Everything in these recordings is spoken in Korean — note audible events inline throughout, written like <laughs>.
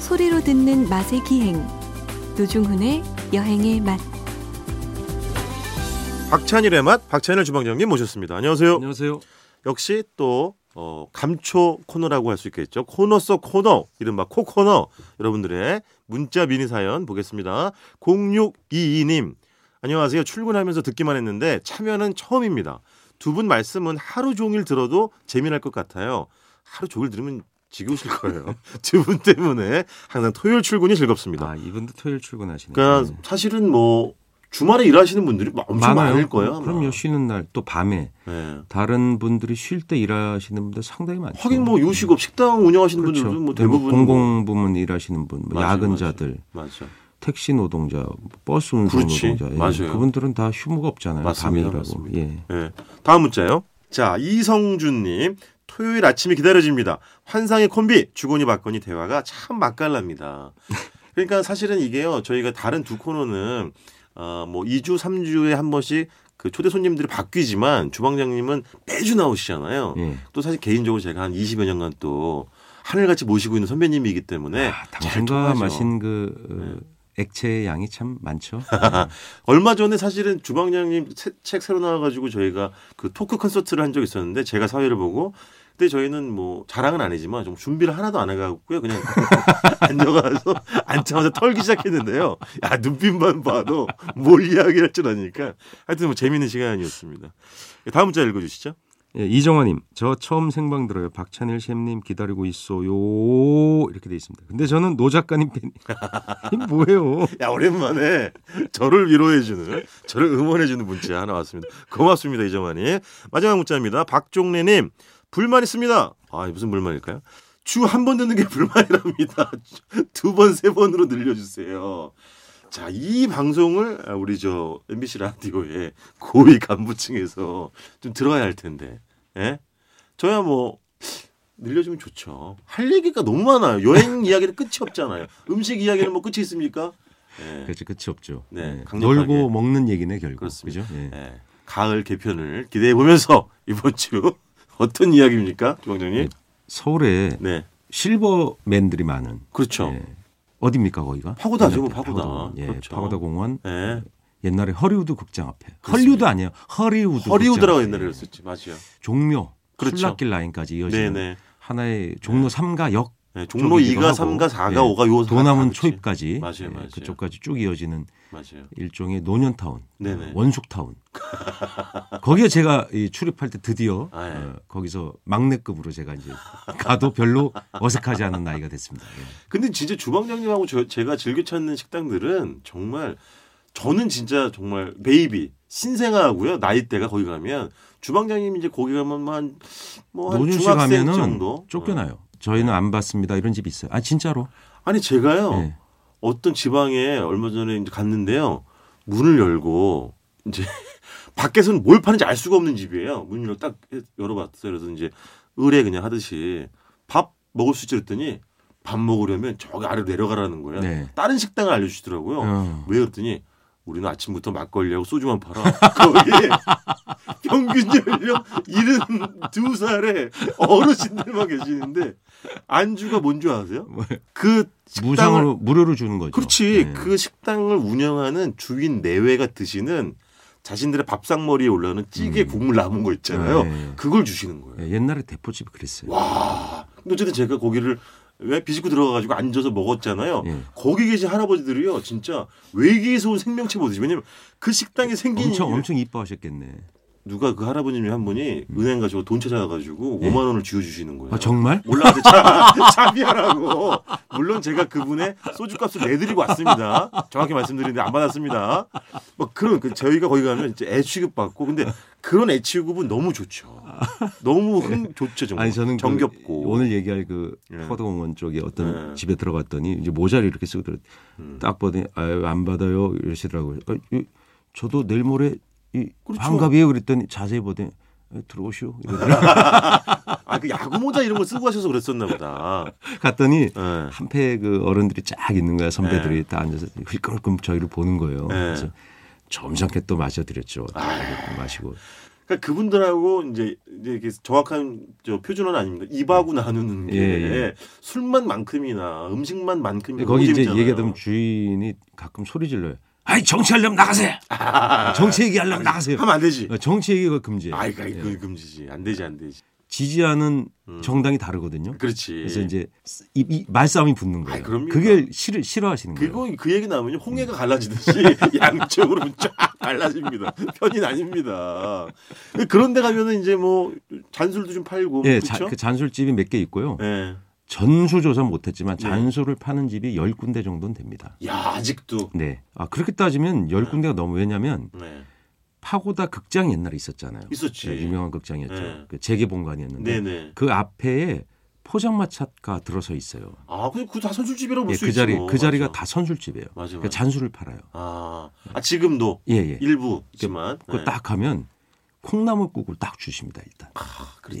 소리로 듣는 맛의 기행 노중훈의 여행의 맛 박찬일의 맛 박찬일 주방장님 모셨습니다. 안녕하세요. 안녕하세요. 역시 또 어, 감초 코너라고 할 수 있겠죠. 코너 속 코너 이른바 코코너 여러분들의 문자 미니 사연 보겠습니다. 0622님 안녕하세요. 출근하면서 듣기만 했는데 참여는 처음입니다. 두 분 말씀은 하루 종일 들어도 재미날 것 같아요. 하루 종일 들으면 지겨우실 거예요. <laughs> 두 분 때문에 항상 토요일 출근이 즐겁습니다. 아 이분도 토요일 출근하시네요. 그러니까 네. 사실은 뭐 주말에 일하시는 분들이 엄청 많을 거예요. 아마. 그럼요. 쉬는 날 또 밤에 예. 다른 분들이 쉴 때 일하시는 분들 상당히 많죠. 하긴 뭐 요식업 식당 운영하시는 분들도 뭐 그렇죠. 그리고 대부분 공공 부문 일하시는 분, 뭐 맞아요, 야근자들, 맞죠. 택시 노동자, 뭐 버스 운송 그렇지. 노동자, 예. 맞아요. 그분들은 다 휴무가 없잖아요. 밤에 맞습니다. 일하고. 맞습니다. 예. 예. 다음 문자요. 자, 이성준님. 토요일 아침이 기다려집니다. 환상의 콤비 주곤이 박건이 대화가 참 맛깔납니다. 그러니까 사실은 이게요. 저희가 다른 두 코너는 어뭐 2주 3주에 한 번씩 그 초대 손님들이 바뀌지만 주방장님은 매주 나오시잖아요. 예. 또 사실 개인적으로 제가 한 20여 년간 또 하늘같이 모시고 있는 선배님이기 때문에 아, 네, 잘 당신과 통하죠. 네. 마신 그 어, 액체의 양이 참 <laughs> 많죠. 얼마 전에 사실은 주방장님 새- 책 새로 나와가지고 저희가 그 토크 콘서트를 한 적이 있었는데 제가 사회를 보고 근데 저희는 뭐 자랑은 아니지만 좀 준비를 하나도 안 해가고요 그냥 <laughs> 앉아가서 앉자마자 털기 시작했는데요 야 눈빛만 봐도 뭘 이야기할 줄 아니까 하여튼 뭐 재밌는 시간이었습니다 다음 문자 읽어주시죠 예, 이정화님, 저 처음 생방 들어요. 박찬일 셰프님 기다리고 있어요. 이렇게 돼 있습니다. 근데 저는 노 작가님 팬. 이 <laughs> 뭐예요? 야 오랜만에 저를 위로해주는 저를 응원해주는 문자 하나 왔습니다. 고맙습니다 이정환이 마지막 문자입니다. 박종래님 불만 있습니다. 아 무슨 불만일까요? 주 한 번 듣는 게 불만이랍니다. <laughs> 두 번 세 번으로 늘려주세요. 자, 이 방송을 우리 저 MBC 라디오의 고위 간부층에서 좀 들어야 할 텐데, 예? 저야 뭐 늘려주면 좋죠. 할 얘기가 너무 많아요. 여행 이야기는 끝이 없잖아요. 음식 이야기는 뭐 끝이 있습니까? 예. 그렇죠, 끝이 없죠. 네, 예, 강력하게. 놀고 먹는 얘기네 결국. 그렇습니다. 그죠? 예. 예. 가을 개편을 기대해 보면서 <laughs> 이번 주 어떤 이야기입니까, 주방장님? 서울에 네, 실버맨들이 많은. 그렇죠. 예. 어디입니까 거기가? 파고다죠, 옛날 때 파고다. 예, 그렇죠. 파고다 공원. 예. 옛날에 허리우드 극장 앞에. 그렇습니다. 헐리우드 아니에요. 허리우드. 허리우드라고 극장 앞에. 옛날에 그랬었지, 맞아요. 종묘. 그렇죠. 술락길 라인까지 이어지는 네네. 하나의 종로 삼가역 예, 종로 쪽이기도 2가, 하고. 3가, 4가, 예. 5가 요 도남은 다 그렇지. 초입까지 맞아요, 예, 맞아요. 그쪽까지 쭉 이어지는 맞아요. 일종의 노년타운, 어, 네네. 원숙타운. 거기에 제가 이 출입할 때 드디어 아, 예. 어, 거기서 막내급으로 제가 이제 가도 별로 어색하지 않은 나이가 됐습니다. 예. 근데 진짜 주방장님하고 저, 제가 즐겨 찾는 식당들은 정말 저는 진짜 정말 베이비 신생아하고요 나이대가 거기 가면 주방장님 이제 거기 가면 어, 한뭐한 노준 씨 중학생 가면은 정도 어. 쫓겨나요. 저희는 안 받습니다. 이런 집이 있어요. 아 진짜로. 아니 제가요 예. 어떤 지방에 얼마 전에 이제 갔는데요 문을 열고 이제 <laughs> 밖에서는 뭘 파는지 알 수가 없는 집이에요 문을 딱 열어봤어요 그래서 이제 의뢰 그냥 하듯이 밥 먹을 수 있지 그랬더니 밥 먹으려면 저기 아래로 내려가라는 거예요 네. 다른 식당을 알려주시더라고요 어. 왜 그랬더니 우리는 아침부터 막걸리하고 소주만 팔아. <laughs> 거기 평균 연령 72살에 어르신들만 계시는데 안주가 뭔 줄 아세요? 그 식당을 뭐, 무상으로 무료로 주는 거죠. 그렇지 예. 그 식당을 운영하는 주인 내외가 드시는 자신들의 밥상머리에 올라오는 찌개 음. 국물 남은 거 있잖아요. 예, 예. 그걸 주시는 거예요. 예, 옛날에 대포집이 그랬어요. 와. 근데 어쨌든 제가 고기를 왜 비집고 들어가가지고 앉아서 먹었잖아요. 예. 거기 계신 할아버지들이요, 진짜 외계에서 온 생명체 보듯이 왜냐면 그 식당에 생긴 엄청 이유- 엄청 이뻐하셨겠네. 누가 그 할아버님이 한 분이 은행 가지고 돈 찾아가지고 5만 원을 쥐어 주시는 거예요. 예. 아 정말? 올라가서 <laughs> 차, 차비하라고. 물론 제가 그분의 소주값을 내드리고 왔습니다. 정확히 말씀드리는데 안 받았습니다. 뭐 그런 그 저희가 거기 가면 이제 애취급 받고 근데 그런 애취급은 너무 좋죠. 너무 흥 좋죠 정말. 아니 저는 그 정겹고 오늘 얘기할 그 예. 포도공원 쪽에 어떤 예. 음. 집에 들어갔더니 이제 모자를 이렇게 쓰고 들어 딱 보더니 아유 안 받아요 이러시더라고요. 아, 이- 저도 내일 모레 이 그렇죠. 환갑이에요 그랬더니 자세히 보더니 아, 들어오시오. <laughs> 이러더라고요. 아 그 야구 모자 이런 걸 쓰고 하셔서 그랬었나 보다. 갔더니 예. 한패 그 어른들이 쫙 있는 거야 선배들이 다 앉아서 힐끔힐끔 저희를 보는 거예요. 예. 그래서 점잖게 아, 또 마셔드렸죠. 마시고 그러니까 그분들하고 이제, 이제 이렇게 정확한 저 표준은 아닙니다. 입하고 나누는 게 예, 예. 술만만큼이나 음식만만큼이나 거기 이제 너무 재밌잖아요. 얘기하면 주인이 가끔 소리 질러요. 아이 정치하려면 나가세요. 정치 얘기하려면 나가세요. 아. 하면 안 되지. 어, 정치 얘기가 금지. 예. 아이 그 예. 금지지. 안 되지 안 되지. 지지하는 정당이 다르거든요. 음. 그렇지. 그래서 이제 이, 이 말싸움이 붙는 거예요. 아이, 그럼요. 그게 싫어 싫어하시는 거예요. 음. 그거 그 얘기 나오면 홍해가 갈라지듯이 <laughs> 양쪽으로 쫙 갈라집니다. 편인 아닙니다. 그런데 가면은 이제 뭐 잔술도 좀 팔고 예, 자- 그렇죠. 그 잔술집이 몇 개 있고요. 예. 전수 조사 못했지만 네. 잔술을 파는 집이 열 군데 정도는 됩니다. 야 아직도. 네. 아 그렇게 따지면 열 군데가 너무 왜냐면 네. 파고다 극장 옛날에 있었잖아요. 있었지. 네, 유명한 극장이었죠. 네. 그 재개봉관이었는데 네네. 그 앞에 포장마차가 들어서 있어요. 아 근데 그다 선술집이라고 예, 볼 수 그 있지. 자리 뭐. 그 자리가 맞아. 다 선술집이에요. 맞아, 그러니까 맞아. 잔술을 팔아요. 아, 아 지금도 예, 예. 일부지만. 그거 네. 딱 가면 콩나물국을 딱 주십니다 일단. 아, 그렇지.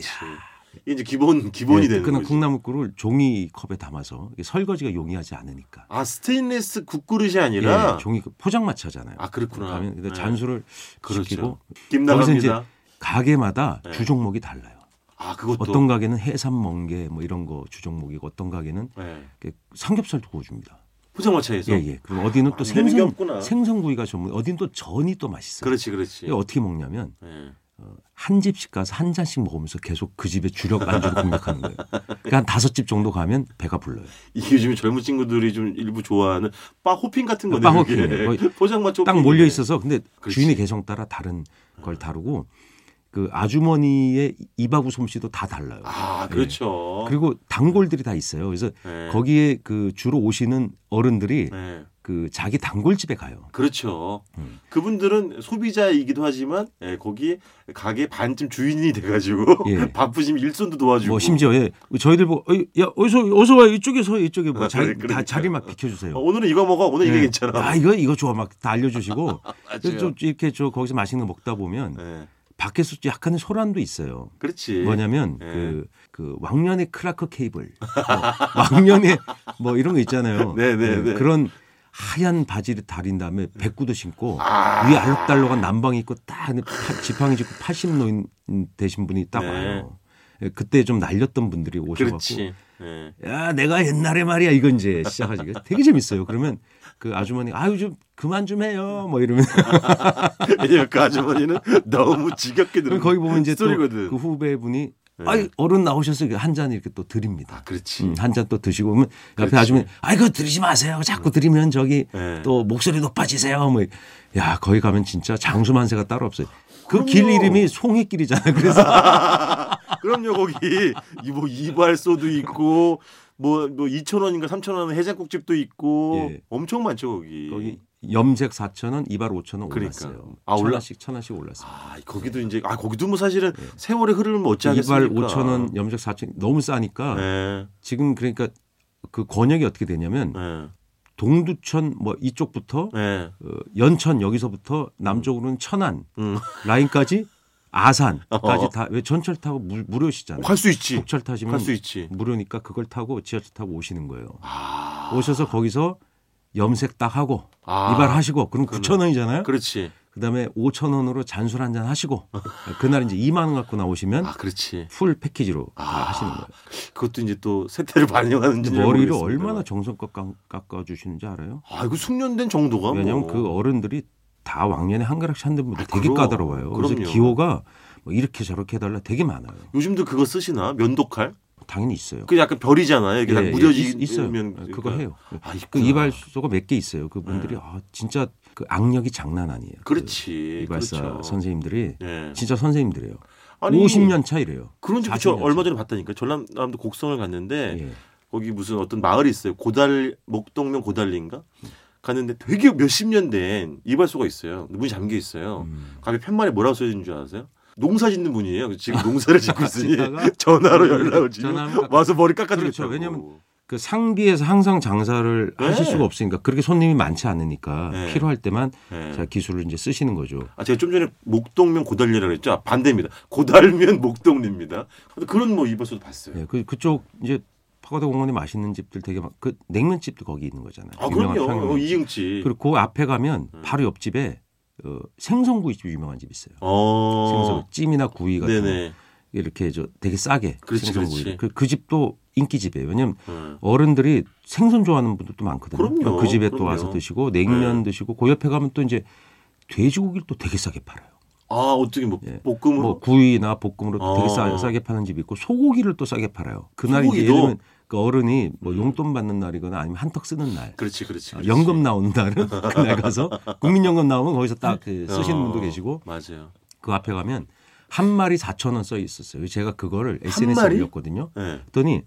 이게 이제 기본 기본이 예, 되는 뜨끈한 거지. 콩나물국을 종이컵에 담아서 이게 설거지가 용이하지 않으니까. 아 스테인레스 국그릇이 아니라. 예, 종이 포장마차잖아요. 아 그렇구나. 가면 근데 네. 잔수를 그렇죠. 시키고 김 거기서 이제 나갑니다. 가게마다 네. 주종목이 달라요. 아 그것도. 어떤 가게는 해삼 멍게 뭐 이런 거 주종목이고 어떤 가게는 네. 이렇게 삼겹살도 구워줍니다. 포장마차에서. 예예. 그리고 어디는 아, 또 이런 게 생선 없구나. 생선구이가 전문. 어디는 또 전이 또 맛있어요. 그렇지 그렇지. 이게 어떻게 먹냐면 예. 어, 한 집씩 가서 한 잔씩 먹으면서 계속 그 집의 주력 안주를 공략하는 거예요. 그러니까 한 다섯 집 정도 가면 배가 불러요. 이게 요즘에 젊은 친구들이 좀 일부 좋아하는 바 호핑 같은 거네. 바 그게. 호핑이에요. 거의 <laughs> 포장마차 딱 호핑이네. 몰려 있어서 근데 그렇지. 주인의 개성 따라 다른 걸 다루고 그 아주머니의 이바구 솜씨도 다 달라요. 아 그렇죠. 예. 그리고 단골들이 다 있어요. 그래서 네. 거기에 그 주로 오시는 어른들이 네. 그 자기 단골집에 가요. 그렇죠. 음. 그분들은 소비자이기도 하지만 예, 거기 가게 반쯤 주인이 돼가지고 예. <laughs> 바쁘시면 일손도 도와주고. 뭐 심지어 예, 저희들 보고 어이, 야 어서 어서 와 이쪽에 서 이쪽에 아, 뭐 자리 그래, 그러니까요. 다 자리 막 어, 비켜주세요. 오늘은 이거 먹어. 오늘 이게 예. 괜찮아. 아 이거 이거 좋아 막 다 알려주시고 맞아요. 좀 이렇게 저 거기서 맛있는 거 먹다 보면 예. 밖에서 약간의 소란도 있어요. 그렇지. 뭐냐면 예. 그, 그 왕년의 크라커 케이블, 뭐 <laughs> 왕년의 뭐 이런 거 있잖아요. 네, 네, 예, 네. 그런 하얀 바지를 다린 다음에 백구도 신고 아. 위에 알록달록한 남방 이 있고 딱 안에 파- 지팡이 짚고 80노인 되신 분이 딱 네. 와요. 예, 그때 좀 날렸던 분들이 오셔갖고 그렇지. 예. 야 내가 옛날에 말이야 이거 이제 시작하지 이거 되게 재밌어요. 그러면 그 아주머니 아유 좀 그만 좀 해요 뭐 이러면 왜냐면 그 아주머니는 너무 지겹게 들은 그럼 거기 보면 이제 또 소리거든. 그 후배분이 네. 아이 어른 나오셔서 한 잔 이렇게 또 드립니다. 아 그렇지. 한 잔 또 드시고 그러면 그렇지. 옆에 아주머니 아이 그거 드리지 마세요. 자꾸 드리면 저기 네. 또 목소리 높아지세요. 뭐 야 거기 가면 진짜 장수만세가 따로 없어요. 그 길 그럼요. 이름이 송해길이잖아요. 그래서 <laughs> 그럼요 거기 이뭐 이발소도 있고 뭐 뭐 2천 원인가 3천 원 해장국집도 있고 예. 엄청 많죠 거기. 거기 염색 4천 원, 이발 5천 원 그러니까. 올랐어요. 아, 천 올라- 원씩 천 원씩 올랐어요. 아 거기도 이제 아 거기도 뭐 사실은 세월의 흐름을 어찌하겠습니까? 예. 이발 5천 원, 염색 4천 원 너무 싸니까 예. 지금 그러니까 그 권역이 어떻게 되냐면 예. 동두천 뭐 이쪽부터 예. 어, 연천 여기서부터 남쪽으로는 천안 음. 라인까지 아산까지 어. 다 왜 전철 타고 무, 무료시잖아요. 갈수 있지. 국철 타시면 갈 수 있지. 무료니까 그걸 타고 지하철 타고 오시는 거예요. 아 오셔서 거기서 염색 딱 하고 아. 이발하시고 그럼 그러네. 9천 원이잖아요. 그렇지. 그 다음에 5천 원으로 잔술 한 잔 하시고 그날 이제 2만 원 갖고 나오시면 아 그렇지. 풀 패키지로 다 아. 하시는 거예요. 그것도 이제 또 세태를 반영하는지 근데 머리를 얼마나 정성껏 깎아 주시는지 알아요? 아 이거 숙련된 정도가 왜냐하면 뭐. 그 어른들이 다 왕년에 한 가락씩 한다분들 아, 되게 그럼. 까다로워요. 그래서 그럼요. 기호가 뭐 이렇게 저렇게 해달라 되게 많아요. 요즘도 그거 쓰시나 면도칼? 당연히 있어요. 그 약간 별이잖아요. 이게 딱 예, 무뎌지면 있- 있어요. 그거 해요. 아, 그 있구나. 네. 이발소가 몇 개 있어요. 그분들이 아, 진짜 그 악력이 장난 아니에요. 그 그렇지. 이발사 그렇죠. 선생님들이 예. 진짜 선생님들이에요. 아니, 50년 차이래요. 그런 집이 40년 얼마 전에 봤다니까. 전남남도 곡성을 갔는데 예. 거기 무슨 어떤 마을이 있어요. 고달 목동면 고달리인가? 갔는데 되게 몇십 년 된 이발소가 있어요. 문이 잠겨 있어요. 음. 가게 편말에 뭐라고 써 있는 줄 아세요? 농사 짓는 분이에요. 지금 농사를 짓고 <laughs> 있으니 짓다가 전화로 연락을 주면 아, 전화하면 깎아- 와서 머리 깎아주겠다고. 그렇죠. 왜냐면 그 상비에서 항상 장사를 네. 하실 수가 없으니까 그렇게 손님이 많지 않으니까 네. 필요할 때만 예. 자 기술을 이제 쓰시는 거죠. 아, 제가 좀 전에 목동면 고달리라고 했죠. 아, 반대입니다. 고달면 목동리입니다. 근데 그런 뭐 이발소도 봤어요. 네, 그 그쪽 이제 파고다 공원에 맛있는 집들 되게 막 그 냉면집도 거기 있는 거잖아요. 아, 유명한 그럼요. 음. 평양냉면. 이응치. 그리고 그 앞에 가면 바로 옆집에 어, 생선구이집 유명한 집 있어요. 어. 생선 찜이나 구이 같은 거 네네. 이렇게 저 되게 싸게 그렇지, 생선구이. 그렇지. 그, 그 집도 인기집이에요. 왜냐면 음. 어른들이 생선 좋아하는 분들도 많거든요. 그럼요, 그러니까 그 집에 또 그럼요. 네. 와서 드시고 냉면 드시고 그 옆에 가면 또 이제 돼지고기를 또 되게 싸게 팔아요. 아 어떻게 뭐 예. 볶음으로 뭐 구이나 볶음으로 어. 되게 싸, 싸게 파는 집이 있고 소고기를 또 싸게 팔아요. 그날 이제 소고기도? 예를 들면 그 어른이 뭐 용돈 받는 날이거나 아니면 한턱 쓰는 날, 그렇지 그렇지. 아, 그렇지. 연금 나오는 날은 <laughs> 그날 가서 국민연금 나오면 거기서 딱 그 쓰시는 어, 분도 계시고 맞아요. 그 앞에 가면 한 마리 4천 원 써 있었어요. 제가 그거를 SNS에 마리? 올렸거든요. 예. 그랬더니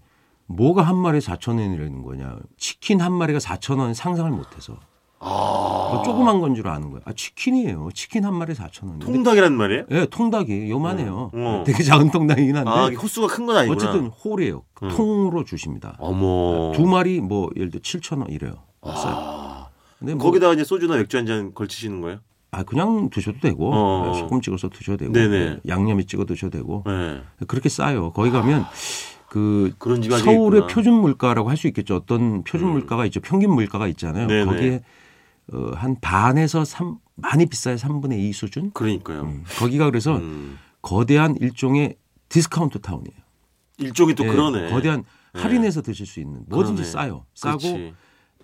뭐가 한 마리 4천 원이라는 거냐? 치킨 한 마리가 4천 원 상상을 못해서 아 뭐 조그만 건 줄 아는 거예요. 아 치킨이에요. 치킨 한 마리 4천 원. 통닭이란 말이에요? 예, 통닭이 요만해요. 음, 어. 되게 작은 통닭이긴 한데 아 이게 호수가 큰 건 아니구나. 네. 어쨌든 홀이에요. 그 음. 통으로 주십니다. 어머. 두 마리 뭐 예를 들어 7천 원 이래요. 아. 근데 뭐, 거기다가 이제 소주나 맥주 한 잔 걸치시는 거예요? 아 그냥 드셔도 되고 예, 어. 소금 찍어서 드셔도 되고 네네. 양념이 찍어 드셔도 되고 예. 그렇게 싸요. 거기 가면 그 그런 집이 아직 서울의 있구나. 음. 표준 물가라고 할 수 있겠죠. 어떤 표준 물가가 있죠. 평균 물가가 있잖아요. 네네. 거기에 어, 한 반에서 삼 많이 비싸야 3분의 2 수준. 그러니까요. 음, 거기가 그래서 음. 거대한 일종의 디스카운트 타운이에요. 일종이 또 예, 그러네. 거대한 예. 할인해서 드실 수 있는 뭐든지 그러네. 싸요. 싸고 그렇지.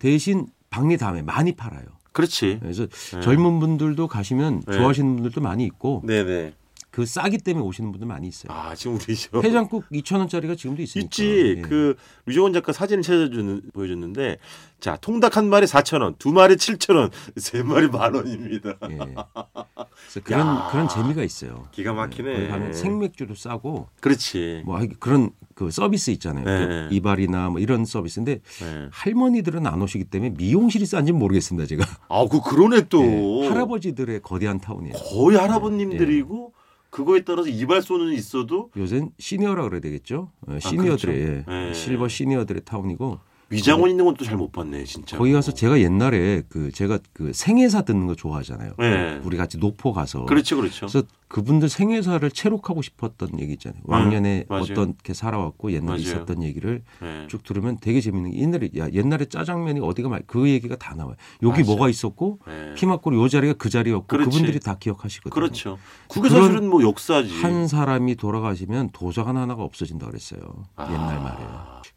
대신 박리 다음에 많이 팔아요. 그렇지. 그래서 예. 젊은 분들도 가시면 네. 좋아하시는 분들도 많이 있고 네네. 그 싸기 때문에 오시는 분들 많이 있어요. 아 지금 <laughs> 우리죠. 해장국 2,000원짜리가 지금도 있으니까. 있지. 예. 그 류정원 작가 사진을 찾아주는 보여줬는데 자 통닭 한 마리 4천 원, 두 마리 7천 원, <laughs> 세 마리 만 원입니다. 예. 그래서 그런 야. 그런 재미가 있어요. 기가 막히네. 거기 가면 생맥주도 싸고 그렇지. 뭐 하여튼 그런 그 서비스 있잖아요. 네. 그 이발이나 뭐 이런 서비스인데 네. 지 할머니들은 안 오시기 때문에 미용실이 싼지 는 모르겠습니다. 제가 아그 그러네 또 예. 할아버지들의 네. 거대한 타운이에요. 거의 할아버님들이고 그거에 따라서 이발소는 있어도 요새는 시니어라 그래야 되겠죠. 예, 시니어들의 아, 그렇죠. 예. 예. 실버 시니어들의 타운이고 위장원 있는 것도 잘 못 봤네 진짜. 네. 거기 가서 제가 옛날에 그 제가 그 생애사 듣는 거 좋아하잖아요. 네. 우리 같이 노포 가서 그렇죠, 그렇죠. 그래서 그분들 생애사를 채록하고 싶었던 얘기 있잖아요. 왕년에 음, 맞아요. 어떻게 살아왔고 옛날에 맞아요. 있었던 얘기를 예. 쭉 들으면 되게 재밌는 게 옛날에 야 옛날에 짜장면이 어디가 말 그 얘기가 다 나와요. 여기 맞아요. 뭐가 있었고 예. 피막골 요 자리가 그 자리였고 그렇지. 분들이다 기억하시거든요. 그렇죠. 그게 그런 사실은 뭐 역사지. 한 사람이 돌아가시면 도서관 하나가 없어진다 그랬어요. 아. 옛날 말에.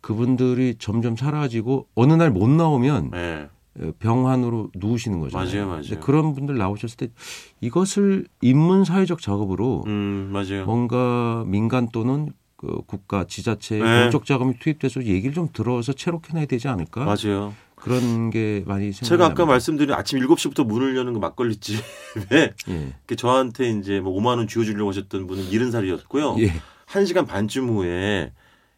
그분들이 점점 사라지고 어느 날 못 나오면 예. 병환으로 누우시는 거잖아요. 맞아요, 맞아요. 근데 그런 분들 나오셨을 때 이것을 인문 사회적 작업으로 음 맞아요. 뭔가 민간 또는 그 국가 지자체의 네. 공적 자금이 투입돼서 얘기를 좀 들어서 채록해놔야 되지 않을까 맞아요. 그런 게 많이 생각이 제가 아까 납니다. 말씀드린 아침 7시부터 문을 여는 그 막걸리집에 <laughs> 예. 이렇게 저한테 이제 뭐 5만 원 쥐어주려고 하셨던 분은 70살이었고요. 예. 한시간 반쯤 후에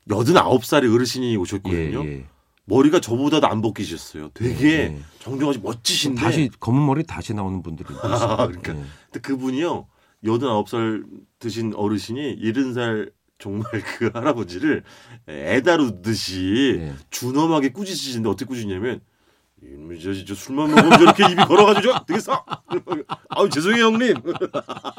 89살의 어르신이 오셨거든요. 예, 머리가 저보다도 안 벗기셨어요. 되게 예. 정정하지 예. 멋지신데 다시 검은 머리 다시 나오는 분들이 있어요. 아, 그러니까. 예. 근데 그분이요. 89살 드신 어르신이 70살 정말 <laughs> 그 할아버지를 애다루듯이 예. 준엄하게 꾸짖으시는데 어떻게 꾸짖냐면 이놈이 저, 저 술만 먹으면 저렇게 입이 걸어가지고 저 되겠어? <laughs> 아우 죄송해요 형님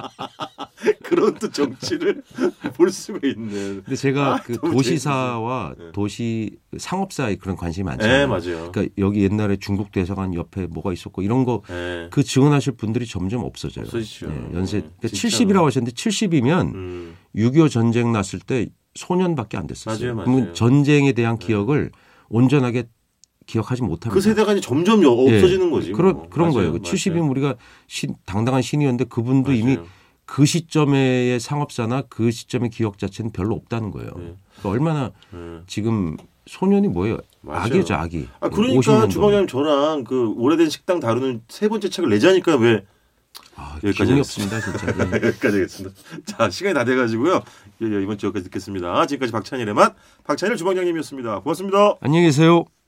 <laughs> 그런 또 정치를 <laughs> 볼 수가 있는 근데 제가 아, 그 너무 도시사와 재밌었어요. 예. 도시 상업사에 그런 관심이 예 많잖아요. 맞아요 그러니까 여기 옛날에 중국 대사관 옆에 뭐가 있었고 이런 거 그 예. 지원하실 분들이 점점 없어져요. 없어지죠. 예, 연세 예, 그러니까 진짜로. 70이라고 하셨는데 70이면 음, 6.25 전쟁 났을 때 소년밖에 안 맞아요, 됐었어요. 맞아요. 네. 그러면 전쟁에 대한 기억을 온전하게 기억하지 못합니다. 그 세대가 이제 점점 여- 그러니까. 예. 없어지는 거지 그런 뭐. 그런 맞아요, 거예요. 맞아요. 70이면 우리가 신- 당당한 신이었는데 그분도 맞아요. 이미 그 시점의 상업사나 그 시점의 기억 자체는 별로 없다는 거예요. 네. 그러니까 얼마나 예. 지금 소년이 뭐예요? 맞아요. 악이죠, 악이. 아 50 그러니까 년 주방장님 저랑 그 오래된 식당 다루는 세 번째 책을 내자니까 왜 동안. 아, 여기까지 기운이 없습니다, 진짜. 예. <laughs> 여기까지 하겠습니다. 자, 시간이 다 돼가지고요. 예, 예, 이번 주 여기까지 듣겠습니다. 지금까지 박찬일의 맛, 박찬일 주방장님이었습니다. 고맙습니다. 안녕히 계세요.